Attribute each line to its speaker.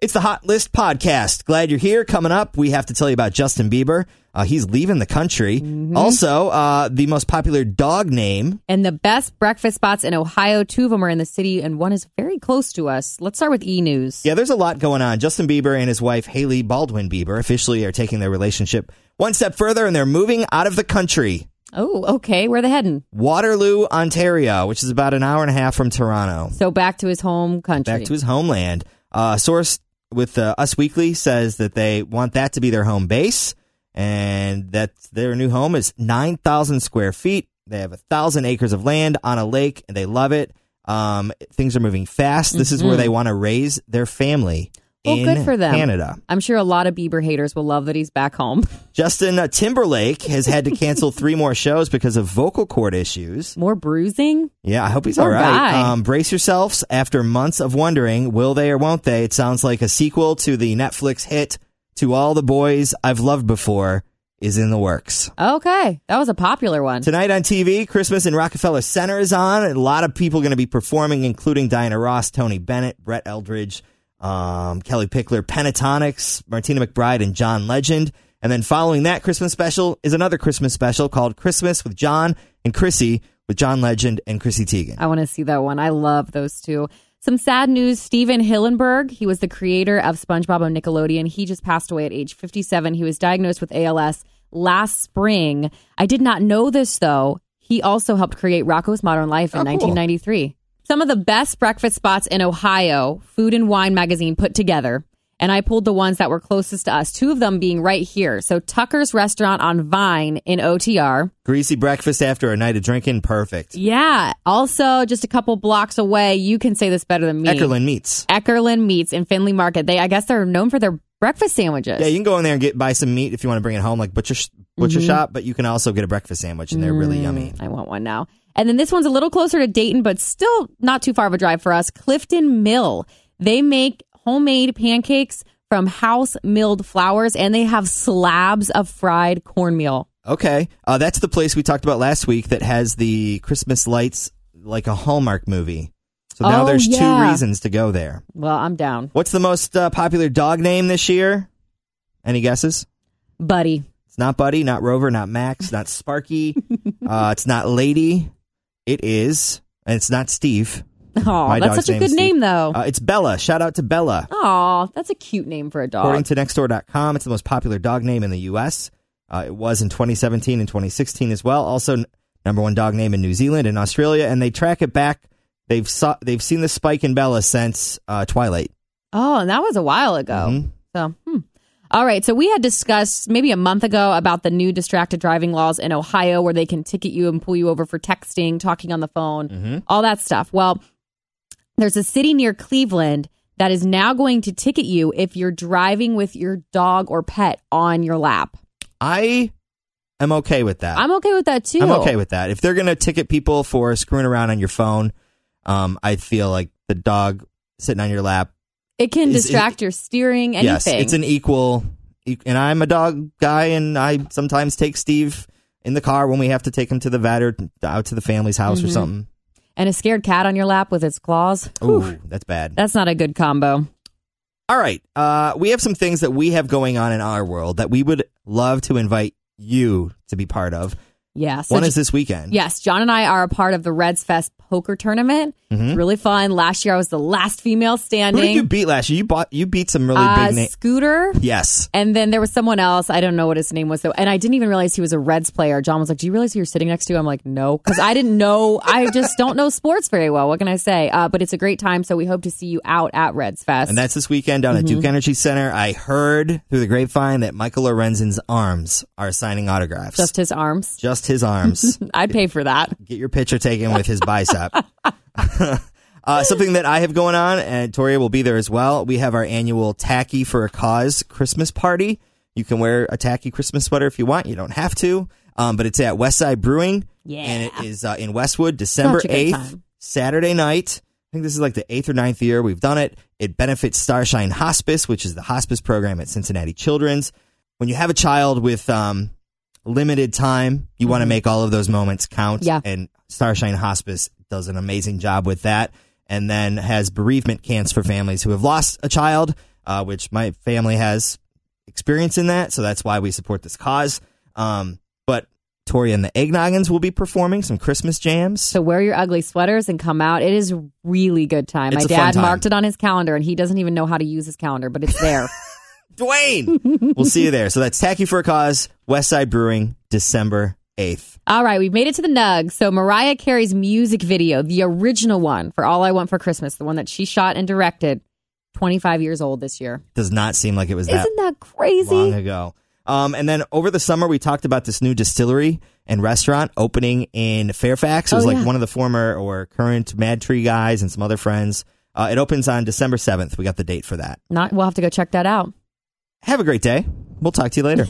Speaker 1: It's the Hot List Podcast. Glad you're here. Coming up, we have to tell you about Justin Bieber. Uh, he's leaving the country. Also, uh, the most popular dog name.
Speaker 2: And the best breakfast spots in Ohio, two of them are in the city, and one is very close to us. Let's start with E News.
Speaker 1: Yeah, there's a lot going on. Justin Bieber and his wife, Haley Baldwin Bieber, officially are taking their relationship one step further and they're moving out of the country.
Speaker 2: Oh, okay. Where are they heading?
Speaker 1: Waterloo, Ontario, which is about an hour and a half from Toronto.
Speaker 2: So back to his home country.
Speaker 1: back to his homeland. Uh, a source with uh, Us Weekly says that they want that to be their home base, and that their new home is nine thousand square feet. They have a thousand acres of land on a lake, and they love it. Um, things are moving fast. This is where they want to raise their family.
Speaker 2: Mm-hmm. well,
Speaker 1: in
Speaker 2: good for them.
Speaker 1: Canada.
Speaker 2: I'm sure a lot of Bieber haters will love that he's back home.
Speaker 1: Justin uh, Timberlake has had to cancel three more shows because of vocal cord issues.
Speaker 2: More bruising.
Speaker 1: Yeah, I hope he's
Speaker 2: Poor
Speaker 1: all right.
Speaker 2: guy.
Speaker 1: Um, brace yourselves after months of wondering, will they or won't they? It sounds like a sequel to the Netflix hit "To All the Boys I've Loved Before" is in the works.
Speaker 2: Okay, that was a popular one.
Speaker 1: Tonight on TV, Christmas in Rockefeller Center is on. A lot of people going to be performing, including Diana Ross, Tony Bennett, Brett Eldridge, um, Kelly Pickler, Pentatonics, Martina McBride, and John Legend. And then following that Christmas special is another Christmas special called Christmas with John and Chrissy with John Legend and Chrissy Teigen.
Speaker 2: I want to see that one. I love those two. Some sad news. Steven Hillenberg, he was the creator of SpongeBob on Nickelodeon. He just passed away at age 57. He was diagnosed with ALS last spring. I did not know this, though. He also helped create Rocco's Modern Life in
Speaker 1: Oh, cool.
Speaker 2: 1993. Some of the best breakfast spots in Ohio, Food and Wine magazine put together. And I pulled the ones that were closest to us, two of them being right here. So Tucker's Restaurant on Vine in OTR.
Speaker 1: Greasy breakfast after a night of drinking, perfect.
Speaker 2: Yeah. Also, just a couple blocks away, you can say this better than me.
Speaker 1: Eckerlin meats.
Speaker 2: Eckerlin Meats in Finley Market. They, I guess, they're known for their breakfast sandwiches.
Speaker 1: Yeah, you can go in there and get buy some meat if you want to bring it home, like butcher sh-
Speaker 2: Mm-hmm.
Speaker 1: butcher shop. But you can also get a breakfast sandwich, and they're really yummy.
Speaker 2: I want one now. And then this one's a little closer to Dayton, but still not too far of a drive for us. Clifton Mill. They make homemade pancakes from house milled flours, and they have slabs of fried cornmeal.
Speaker 1: Okay, uh, that's the place we talked about last week that has the Christmas lights like a Hallmark movie. So now
Speaker 2: Oh,
Speaker 1: there's two
Speaker 2: yeah.
Speaker 1: reasons to go there.
Speaker 2: Well, I'm down,
Speaker 1: What's the most uh, popular dog name this year? Any guesses?
Speaker 2: buddy.
Speaker 1: It's not Buddy, not Rover, not Max, not Sparky. uh, it's not Lady. It is, and it's not Steve.
Speaker 2: Oh,
Speaker 1: My
Speaker 2: that's
Speaker 1: dog's
Speaker 2: such a
Speaker 1: name
Speaker 2: good
Speaker 1: is Steve.
Speaker 2: name, though.
Speaker 1: Uh, it's Bella. Shout out to Bella.
Speaker 2: Oh, that's a cute name for a dog.
Speaker 1: According to nextdoor.com, it's the most popular dog name in the U.S. Uh, it was in 2017 and 2016 as well. Also, n- number one dog name in New Zealand and Australia, and they track it back. They've saw, they've seen the spike in Bella since uh, Twilight.
Speaker 2: Oh, and that was a while ago.
Speaker 1: Mhm.
Speaker 2: So, hmm. all right. So we had discussed maybe a month ago about the new distracted driving laws in Ohio, where they can ticket you and pull you over for texting, talking on the phone,
Speaker 1: Mm-hmm.
Speaker 2: all that stuff. Well, there's a city near Cleveland that is now going to ticket you if you're driving with your dog or pet on your lap.
Speaker 1: I am okay with that.
Speaker 2: I'm okay with that too.
Speaker 1: I'm okay with that. If they're gonna ticket people for screwing around on your phone, um, I feel like the dog sitting on your lap.
Speaker 2: It can
Speaker 1: Is- is-
Speaker 2: distract your steering. Anything.
Speaker 1: Yes, it's an equal. e- And I'm a dog guy, and I sometimes take Steve in the car when we have to take him to the vet or out to the family's house
Speaker 2: Mm-hmm.
Speaker 1: or something.
Speaker 2: and a scared cat on your lap with its claws.
Speaker 1: Ooh,
Speaker 2: Whew.
Speaker 1: that's bad.
Speaker 2: that's not a good combo.
Speaker 1: All right. Uh, we have some things that we have going on in our world that we would love to invite you to be part of.
Speaker 2: Yeah. So
Speaker 1: One is this weekend.
Speaker 2: Yes, John and I are a part of the Reds Fest poker tournament. It's really fun. Last year I was the last female
Speaker 1: Mm-hmm. Who
Speaker 2: standing.
Speaker 1: did you beat last year? You bought you beat some really
Speaker 2: uh,
Speaker 1: big names.
Speaker 2: Scooter.
Speaker 1: Yes.
Speaker 2: And then there was someone else. I don't know what his name was though. And I didn't even realize he was a Reds player. John was like, Do you realize who you're sitting next to? I'm like, No, because I didn't know. I just don't know sports very well. What can I say? Uh, but it's a great time. So we hope to see you out at Reds Fest.
Speaker 1: And that's this weekend down
Speaker 2: Mm-hmm.
Speaker 1: at Duke Energy Center. I heard through the grapevine that Michael Lorenzen's arms are signing autographs.
Speaker 2: just his arms.
Speaker 1: Just his arms.
Speaker 2: I'd pay for that.
Speaker 1: Get your picture taken with his bicep. uh, something that I have going on, and Toria will be there as well. We have our annual Tacky for a Cause Christmas party. You can wear a tacky Christmas sweater if you want. You don't have to, um, but it's at Westside Brewing.
Speaker 2: Yeah.
Speaker 1: And it is uh, in Westwood, December
Speaker 2: good
Speaker 1: 8th,
Speaker 2: time.
Speaker 1: Saturday night. I think this is like the eighth or ninth year we've done it. It benefits Starshine Hospice, which is the hospice program at Cincinnati Children's. When you have a child with um, limited time, you want to make all of those moments count.
Speaker 2: Mm-hmm. Yeah.
Speaker 1: And Starshine Hospice does an amazing job with that. And then has bereavement camps for families who have lost a child. uh, which my family has experience in that, so that's why we support this cause. Um, but Tori and the Eggnoggins will be performing some Christmas jams.
Speaker 2: So wear your ugly sweaters and come out. It is really good time.
Speaker 1: It's
Speaker 2: My
Speaker 1: a fun
Speaker 2: dad
Speaker 1: time.
Speaker 2: marked it on his calendar, and he doesn't even know how to use his calendar, but it's there.
Speaker 1: Dwayne, we'll see you there. So that's Tacky for a Cause, Westside Brewing, December 8th.
Speaker 2: All right, we've made it to the nug. So Mariah Carey's music video, the original one for All I Want for Christmas, the one that she shot and directed, 25 years old this year.
Speaker 1: Does not seem like it was that
Speaker 2: Isn't that crazy?
Speaker 1: long ago. Um, and then over the summer, we talked about this new distillery and restaurant opening in Fairfax. It was
Speaker 2: Oh,
Speaker 1: like
Speaker 2: yeah.
Speaker 1: one of the former or current Mad Tree guys and some other friends. Uh, it opens on December 7th. We got the date for that.
Speaker 2: Not we'll have to go check that out.
Speaker 1: Have a great day. We'll talk to you later.